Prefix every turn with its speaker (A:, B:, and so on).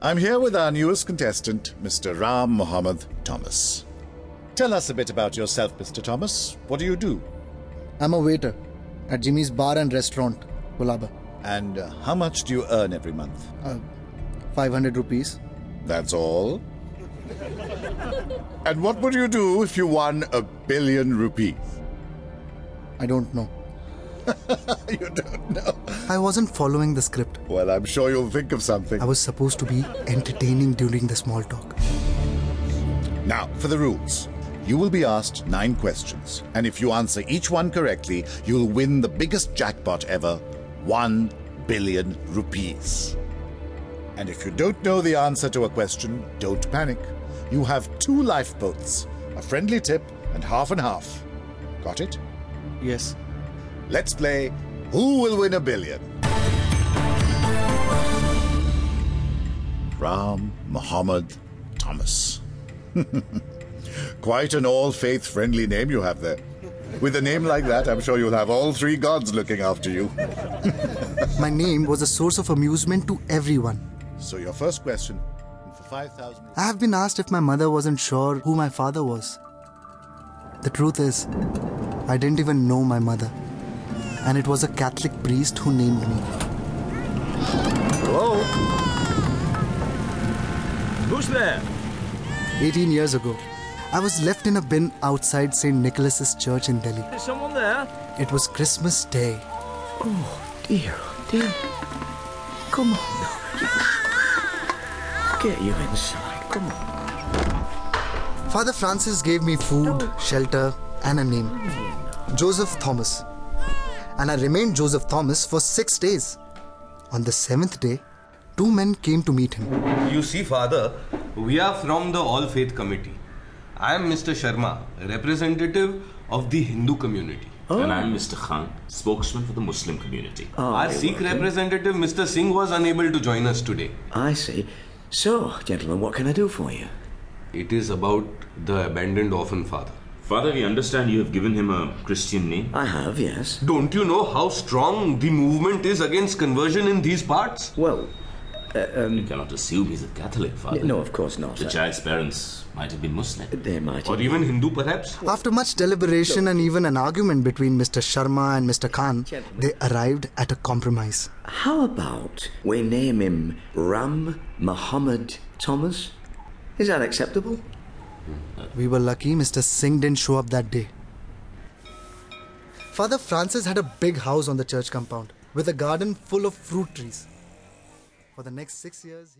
A: I'm here with our newest contestant, Mr. Ram Mohammed Thomas. Tell us a bit about yourself, Mr. Thomas. What do you do?
B: I'm a waiter at Jimmy's Bar and Restaurant, Kolaba.
A: And uh, how much do you earn every month?
B: Uh, 500 rupees.
A: That's all. and what would you do if you won a billion rupees?
B: I don't know.
A: you don't know.
B: I wasn't following the script.
A: Well, I'm sure you'll think of something.
B: I was supposed to be entertaining during the small talk.
A: Now, for the rules. You will be asked nine questions, and if you answer each one correctly, you'll win the biggest jackpot ever one billion rupees. And if you don't know the answer to a question, don't panic. You have two lifeboats, a friendly tip, and half and half. Got it?
B: Yes.
A: Let's play Who Will Win a Billion? Ram Mohammed Thomas. Quite an all faith friendly name you have there. With a name like that, I'm sure you'll have all three gods looking after you.
B: My name was a source of amusement to everyone.
A: So, your first question and for 5,000.
B: I have been asked if my mother wasn't sure who my father was. The truth is, I didn't even know my mother. And it was a Catholic priest who named me.
A: Whoa!
C: Who's there?
B: 18 years ago, I was left in a bin outside St. Nicholas's Church in Delhi.
C: Is someone there?
B: It was Christmas Day.
D: Dear, dear. Come on now. Get you inside. Come on.
B: Father Francis gave me food, shelter, and a name Joseph Thomas. And I remained Joseph Thomas for six days. On the seventh day, two men came to meet him.
E: You see, Father, we are from the All Faith Committee. I am Mr. Sharma, representative of the Hindu community.
F: And I'm Mr. Khan, spokesman for the Muslim community.
E: Our Sikh representative, Mr. Singh, was unable to join us today.
D: I see. So, gentlemen, what can I do for you?
E: It is about the abandoned orphan father.
F: Father, we understand you have given him a Christian name.
D: I have, yes.
E: Don't you know how strong the movement is against conversion in these parts?
D: Well,
F: You cannot assume he's a Catholic, Father.
D: no, of course not.
F: The child's parents might have been Muslim.
D: They might.
E: Or even Hindu, perhaps?
B: After much deliberation and even an argument between Mr. Sharma and Mr. Khan, they arrived at a compromise.
D: How about we name him Ram Muhammad Thomas? Is that acceptable?
B: We were lucky Mr. Singh didn't show up that day. Father Francis had a big house on the church compound with a garden full of fruit trees. For the next six years, he